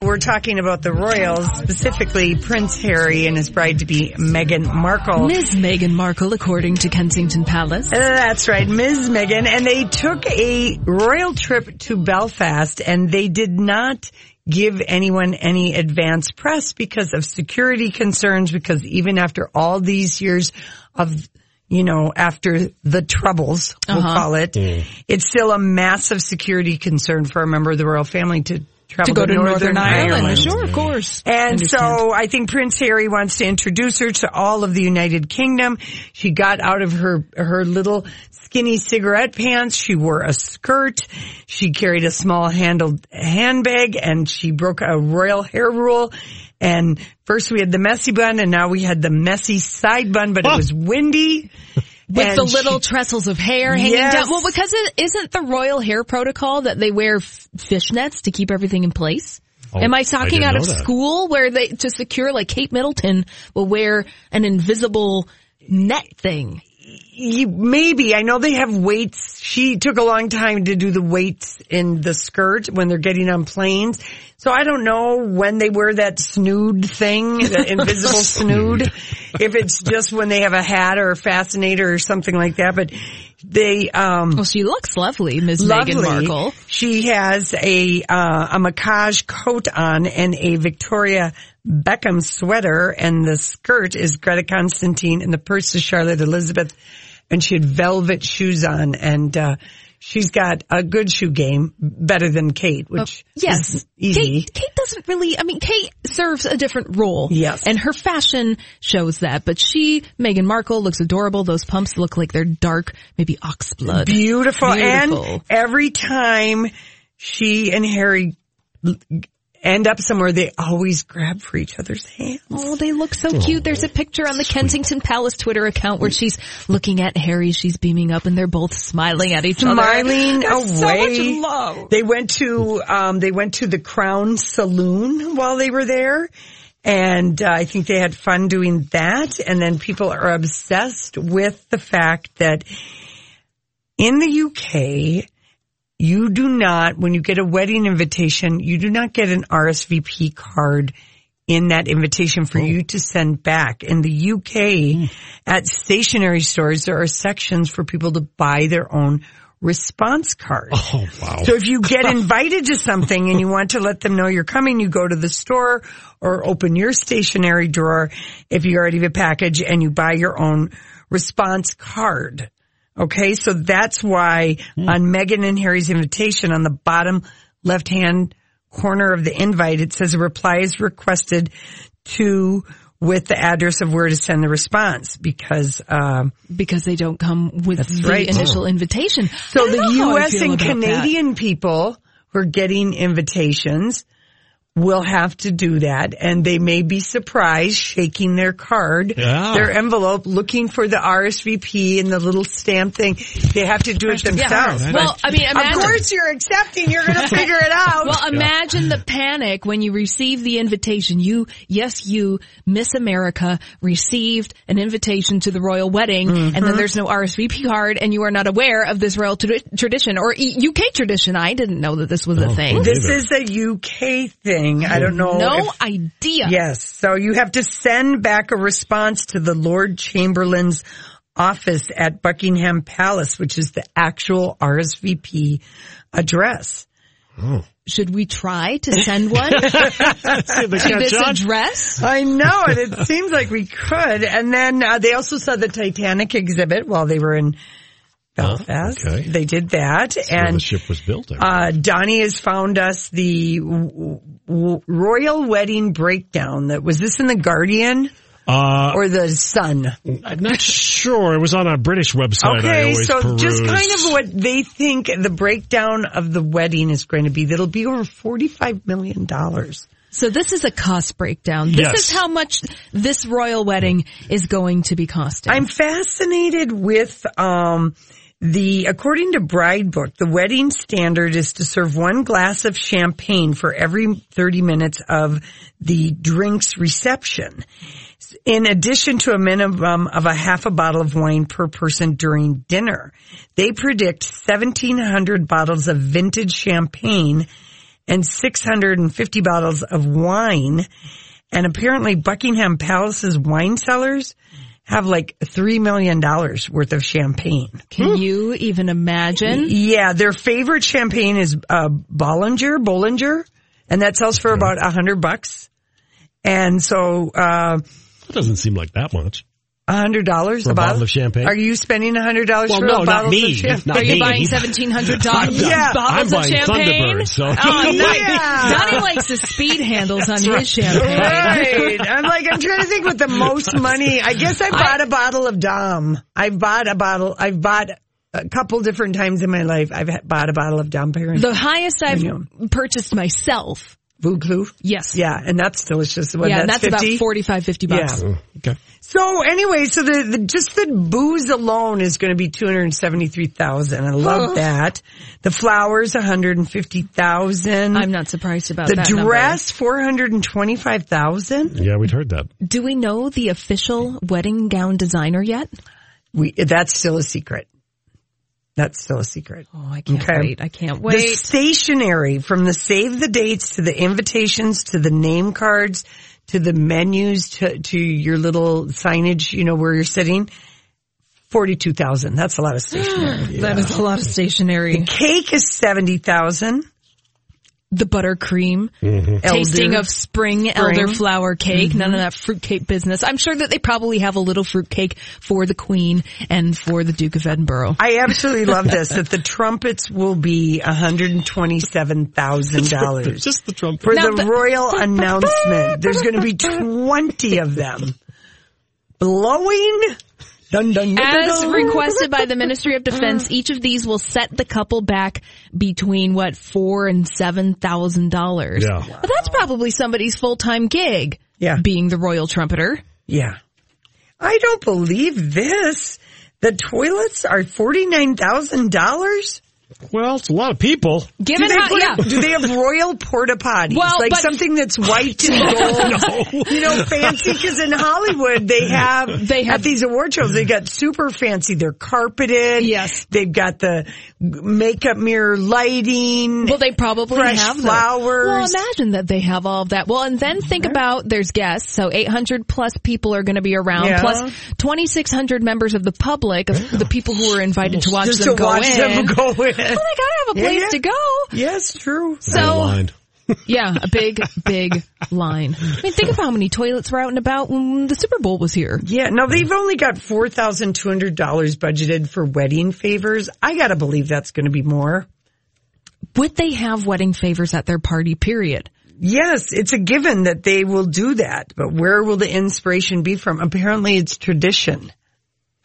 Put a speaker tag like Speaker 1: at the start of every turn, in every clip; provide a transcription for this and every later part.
Speaker 1: We're talking about the royals, specifically Prince Harry and his bride to be Meghan Markle.
Speaker 2: Ms. Meghan Markle, according to Kensington Palace.
Speaker 1: That's right, Ms. Meghan. And they took a royal trip to Belfast and they did not give anyone any advance press because of security concerns, because even after all these years of you know, after the troubles, we'll
Speaker 2: Uh-huh.
Speaker 1: call it, it's still a massive security concern for a member of the royal family to travel to, Northern, Ireland.
Speaker 2: Sure, of course.
Speaker 1: And so I think Prince Harry wants to introduce her to all of the United Kingdom. She got out of her, her little skinny cigarette pants. She wore a skirt. She carried a small handled handbag and she broke a royal hair rule. And first we had the messy bun and now we had the messy side bun, but it was windy.
Speaker 2: With
Speaker 1: And
Speaker 2: the little
Speaker 1: she-
Speaker 2: trestles of hair hanging
Speaker 1: Yes.
Speaker 2: down. Well, because it isn't the royal hair protocol that they wear f- fishnets to keep everything in place?
Speaker 3: Oh,
Speaker 2: Am I
Speaker 3: I
Speaker 2: talking
Speaker 3: didn't
Speaker 2: out
Speaker 3: know
Speaker 2: of
Speaker 3: that.
Speaker 2: school where they, to secure, like Kate Middleton will wear an invisible net thing?
Speaker 1: you, maybe I know they have weights. She took a long time to do the weights in the skirt when they're getting on planes. So I don't know when they wear that snood thing, the invisible snood, if it's just when they have a hat or a fascinator or something like that. But they, um,
Speaker 2: Well, she looks lovely, Ms. Meghan Markle.
Speaker 1: she has a uh, a macage coat on and a Victoria Beckham sweater, and the skirt is Greta Constantine, and the purse is Charlotte Elizabeth, and she had velvet shoes on, and uh, she's got a good shoe game, better than Kate, which
Speaker 2: Oh, Yes.
Speaker 1: is easy.
Speaker 2: Kate, Kate doesn't really, I mean, Kate serves a different role.
Speaker 1: Yes.
Speaker 2: And her fashion shows that, but she, Meghan Markle, looks adorable. Those pumps look like they're dark, maybe ox blood.
Speaker 1: Beautiful.
Speaker 2: Beautiful.
Speaker 1: And every time she and Harry end up somewhere, they always grab for each other's hands.
Speaker 2: Oh, they look so cute. There's a picture on the Kensington Palace Twitter account where she's looking at Harry. She's beaming up and they're both smiling at each
Speaker 1: smiling
Speaker 2: other. There's
Speaker 1: away.
Speaker 2: So much love.
Speaker 1: They went to um, they went to the Crown Saloon while they were there, and uh, I think they had fun doing that. And then people are obsessed with the fact that in the UK. You do not, when you get a wedding invitation, you do not get an RSVP card in that invitation for you to send back. In the UK, at stationery stores, there are sections for people to buy their own response cards.
Speaker 3: Oh, wow.
Speaker 1: So if you get invited to something and you want to let them know you're coming, you go to the store or open your stationery drawer if you already have a package and you buy your own response card. Okay, so that's why on Meghan and Harry's invitation on the bottom left hand corner of the invite, it says a reply is requested to with the address of where to send the response because um,
Speaker 2: Because they don't come with the
Speaker 1: right.
Speaker 2: initial invitation.
Speaker 1: so
Speaker 2: I don't
Speaker 1: the
Speaker 2: know how I
Speaker 1: U.S.
Speaker 2: feel
Speaker 1: and
Speaker 2: about that.
Speaker 1: Canadian people who are getting invitations will have to do that, and they may be surprised shaking their card,
Speaker 3: Yeah.
Speaker 1: their envelope, looking for the RSVP and the little stamp thing. They have to do it themselves.
Speaker 3: Yeah.
Speaker 2: Well, I mean,
Speaker 1: Of
Speaker 2: imagine.
Speaker 1: course, you're accepting. You're going to figure it out.
Speaker 2: Well, imagine the panic when you receive the invitation. You, yes, you, Miss America, received an invitation to the royal wedding, and then there's no RSVP card, and you are not aware of this royal tra- tradition or E- UK tradition. I didn't know that this was a thing.
Speaker 1: this is a UK thing. I don't know.
Speaker 2: no
Speaker 1: if-
Speaker 2: idea.
Speaker 1: Yes. So you have to send back a response to the Lord Chamberlain's office at
Speaker 3: Oh.
Speaker 1: Buckingham Palace, which is the actual RSVP address.
Speaker 2: should we try to send one to this address?
Speaker 1: I know it. It seems like we could. And then uh, they also saw the Titanic exhibit while they were in Belfast.
Speaker 3: okay.
Speaker 1: They did that.
Speaker 3: Where the
Speaker 1: and
Speaker 3: ship was built. I
Speaker 1: uh, Donnie has found us the w- w- royal wedding breakdown. That was this in the Guardian
Speaker 3: Uh,
Speaker 1: or the Sun?
Speaker 3: I'm not sure. It was on a British website. I
Speaker 1: Okay,
Speaker 3: always
Speaker 1: so just
Speaker 3: peruse.
Speaker 1: kind of what they think the breakdown of the wedding is going to be. That'll be over forty-five million dollars.
Speaker 2: So this is a cost breakdown. This
Speaker 3: Yes.
Speaker 2: is how much this royal wedding is going to be costing.
Speaker 1: I'm fascinated with um, the according to Bride Book, the wedding standard is to serve one glass of champagne for every 30 minutes of the drinks reception. In addition to a minimum of a half a bottle of wine per person during dinner, they predict 1700 bottles of vintage champagne and 650 bottles of wine. And apparently Buckingham Palace's wine cellars have like $3 million worth of champagne.
Speaker 2: Can you even imagine?
Speaker 1: Yeah, their favorite champagne is uh, Bollinger, Bollinger, and that sells for about a hundred bucks. And so, uh,
Speaker 3: That doesn't seem like that much.
Speaker 1: a hundred dollars
Speaker 3: For a bottle of champagne?
Speaker 1: Are you spending a hundred dollars
Speaker 3: Well,
Speaker 1: for
Speaker 3: no,
Speaker 1: a
Speaker 3: not
Speaker 1: bottle
Speaker 3: me.
Speaker 1: of champagne?
Speaker 3: Not
Speaker 2: Are you
Speaker 3: me.
Speaker 2: buying seventeen hundred dollars
Speaker 1: Yeah.
Speaker 2: bottles
Speaker 3: I'm
Speaker 2: of
Speaker 3: buying
Speaker 2: champagne?
Speaker 3: Thunderbird, so-
Speaker 2: Oh,
Speaker 1: Yeah.
Speaker 2: nice. Donnie likes the speed handles on his champagne.
Speaker 1: Right. I'm like, I'm trying to think what the most money. I guess I bought a bottle of Dom. I bought a bottle. I've bought a couple different times in my life. I've had- bought a bottle of Dom Perignon.
Speaker 2: The highest I've
Speaker 1: know.
Speaker 2: purchased myself.
Speaker 1: Vouglou.
Speaker 2: Yes.
Speaker 1: Yeah, and that's delicious. What,
Speaker 2: yeah, and that's,
Speaker 1: that's 50?
Speaker 2: about 45, 50 bucks.
Speaker 3: Oh, okay.
Speaker 1: So anyway, so the, the just the booze alone is going to be two hundred seventy three thousand. I love that. The flowers one hundred and fifty thousand.
Speaker 2: Mm-hmm. I'm not surprised about
Speaker 1: The
Speaker 2: that. number.
Speaker 1: dress four hundred and twenty five thousand.
Speaker 3: Yeah, we'd heard that.
Speaker 2: Do we know the official wedding gown designer yet?
Speaker 1: We that's still a secret. That's still a secret.
Speaker 2: Oh, I can't
Speaker 1: Okay.
Speaker 2: wait. I can't
Speaker 1: The
Speaker 2: wait.
Speaker 1: stationery from the save the dates to the invitations to the name cards to the menus to, to your little signage, you know, where you're sitting. 42,000. That's a lot of stationery.
Speaker 2: That is a lot of stationery.
Speaker 1: Cake is 70,000.
Speaker 2: The buttercream, tasting
Speaker 1: Elder.
Speaker 2: of spring, Mm-hmm. elderflower cake, none of that fruitcake business. I'm sure that they probably have a little fruitcake for the Queen and for the Duke of Edinburgh.
Speaker 1: I absolutely love this that the trumpets will be $127,000.
Speaker 3: Just the Trump.
Speaker 1: For
Speaker 2: Now
Speaker 1: the,
Speaker 2: the-
Speaker 1: royal announcement, there's going to be 20 of them. Blowing. Dun, dun, dun,
Speaker 2: As
Speaker 1: dun.
Speaker 2: requested by the Ministry of Defense, each of these will set the couple back between what four and seven thousand dollars.
Speaker 3: Yeah.
Speaker 2: but that's probably somebody's full time gig.
Speaker 1: Yeah.
Speaker 2: being the royal trumpeter.
Speaker 1: Yeah. I don't believe this. The toilets are $49,000?
Speaker 3: Well, it's a lot of people.
Speaker 1: Do
Speaker 2: Given
Speaker 1: they,
Speaker 2: how,
Speaker 1: put-
Speaker 2: yeah,
Speaker 1: do they have royal porta potties?
Speaker 2: Well,
Speaker 1: like
Speaker 2: but-
Speaker 1: something that's white and gold?
Speaker 3: No.
Speaker 1: you know, fancy because in Hollywood they have
Speaker 2: They have-
Speaker 1: at these award shows they got super fancy. They're carpeted.
Speaker 2: Yes.
Speaker 1: they've got the makeup mirror lighting.
Speaker 2: well, they probably
Speaker 1: Fresh
Speaker 2: have those.
Speaker 1: flowers.
Speaker 2: Well, imagine that they have all of that. Well, and then think about there's guests, so 800 plus people are going to be around,
Speaker 1: Yeah.
Speaker 2: plus 2,600 members of the public, of the people who were invited to watch
Speaker 1: just
Speaker 2: them
Speaker 1: to
Speaker 2: go
Speaker 1: watch
Speaker 2: in.
Speaker 1: them go in.
Speaker 2: Well, they gotta have a
Speaker 1: Yeah,
Speaker 2: place
Speaker 1: yeah.
Speaker 2: to go.
Speaker 1: yes, true.
Speaker 2: So
Speaker 3: Blind.
Speaker 2: yeah, a big, big line. I mean, think of how many toilets were out and about when the Super Bowl was here.
Speaker 1: Yeah, now they've only got four thousand two hundred dollars budgeted for wedding favors. I gotta believe that's going to be more.
Speaker 2: Would they have wedding favors at their party? Period.
Speaker 1: Yes, it's a given that they will do that, but where will the inspiration be from? Apparently, it's tradition.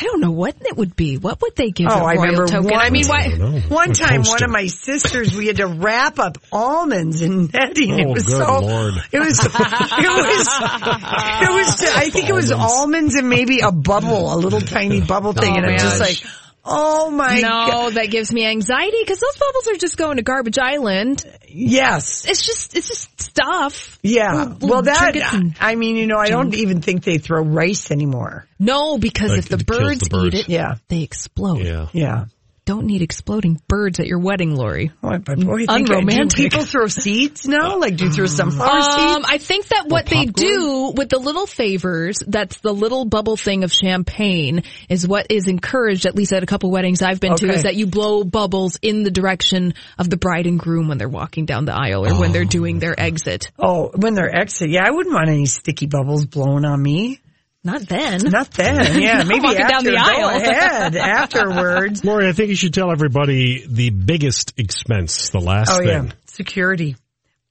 Speaker 2: I don't know what it would be. What would they give?
Speaker 1: Oh,
Speaker 2: a
Speaker 1: I
Speaker 2: royal
Speaker 1: remember
Speaker 2: token.
Speaker 1: one-
Speaker 2: I mean, why?
Speaker 3: I don't know.
Speaker 1: One
Speaker 3: A
Speaker 1: time, one
Speaker 3: toaster.
Speaker 1: of my sisters, we had to wrap up almonds in netting. it
Speaker 3: Oh,
Speaker 1: was
Speaker 3: good
Speaker 1: so.
Speaker 3: Lord.
Speaker 1: It was. It was. It was. I think it was almonds and maybe a bubble, a little tiny bubble thing,
Speaker 2: Oh,
Speaker 1: and I'm just
Speaker 2: man.
Speaker 1: like, oh my god,
Speaker 2: No, that gives me anxiety because those bubbles are just going to garbage island.
Speaker 1: yes,
Speaker 2: It's just, it's just stuff.
Speaker 1: yeah.
Speaker 2: Little- little
Speaker 1: well, that.
Speaker 2: trinkets and-
Speaker 1: I mean, you know, I don't even think they throw rice anymore.
Speaker 2: no, because
Speaker 3: Like,
Speaker 2: if the
Speaker 3: it kills
Speaker 2: birds,
Speaker 3: the birds.
Speaker 2: eat it,
Speaker 1: Yeah,
Speaker 2: they explode.
Speaker 3: Yeah.
Speaker 1: yeah.
Speaker 2: don't need exploding birds at your wedding, Lori.
Speaker 1: What, but boy, I think-
Speaker 2: Unromantic.
Speaker 1: Do people throw seeds now? Like, do you throw sunflower
Speaker 2: Um,
Speaker 1: seeds?
Speaker 2: I think that what they do with the little favors, that's the little bubble thing of champagne, is what is encouraged, at least at a couple weddings I've been to,
Speaker 1: Okay.
Speaker 2: is that you blow bubbles in the direction of the bride and groom when they're walking down the aisle or
Speaker 3: Oh.
Speaker 2: when they're doing their exit.
Speaker 1: Oh, when they're exit. Yeah, I wouldn't want any sticky bubbles blown on me.
Speaker 2: Not then.
Speaker 1: Not then. Yeah, maybe
Speaker 2: walking
Speaker 1: after.
Speaker 2: down the
Speaker 1: Go
Speaker 2: aisle.
Speaker 1: ahead. Afterwards.
Speaker 3: Lori, I think you should tell everybody the biggest expense, the last
Speaker 1: Oh
Speaker 3: thing.
Speaker 1: yeah, security,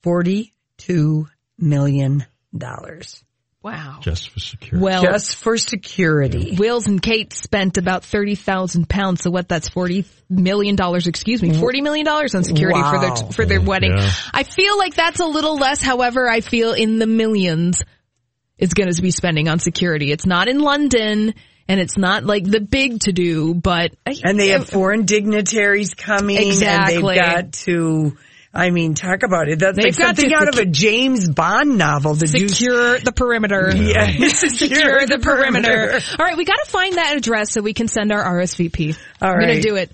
Speaker 1: forty-two million dollars
Speaker 2: Wow.
Speaker 3: Just for security.
Speaker 2: Well,
Speaker 1: just for security.
Speaker 2: Wills and Kate spent about 30,000 pounds. So what that's 40 million dollars, excuse me, 40 million dollars on security for
Speaker 1: Wow.
Speaker 2: their, for their wedding.
Speaker 3: Yeah.
Speaker 2: I feel like that's a little less. However, I feel in the millions it's going to be spending on security. It's not in London and it's not like the big to do, but
Speaker 1: And they have foreign dignitaries coming. And
Speaker 2: Exactly.
Speaker 1: they've got to. I mean, talk about it. That's
Speaker 2: They've
Speaker 1: like
Speaker 2: got to
Speaker 1: something out of a James Bond novel. To do
Speaker 2: secure the perimeter.
Speaker 1: Yeah.
Speaker 2: Secure the perimeter. All right. We got to find that address so we can send our RSVP.
Speaker 1: All
Speaker 2: I'm going
Speaker 1: right.
Speaker 2: to do it.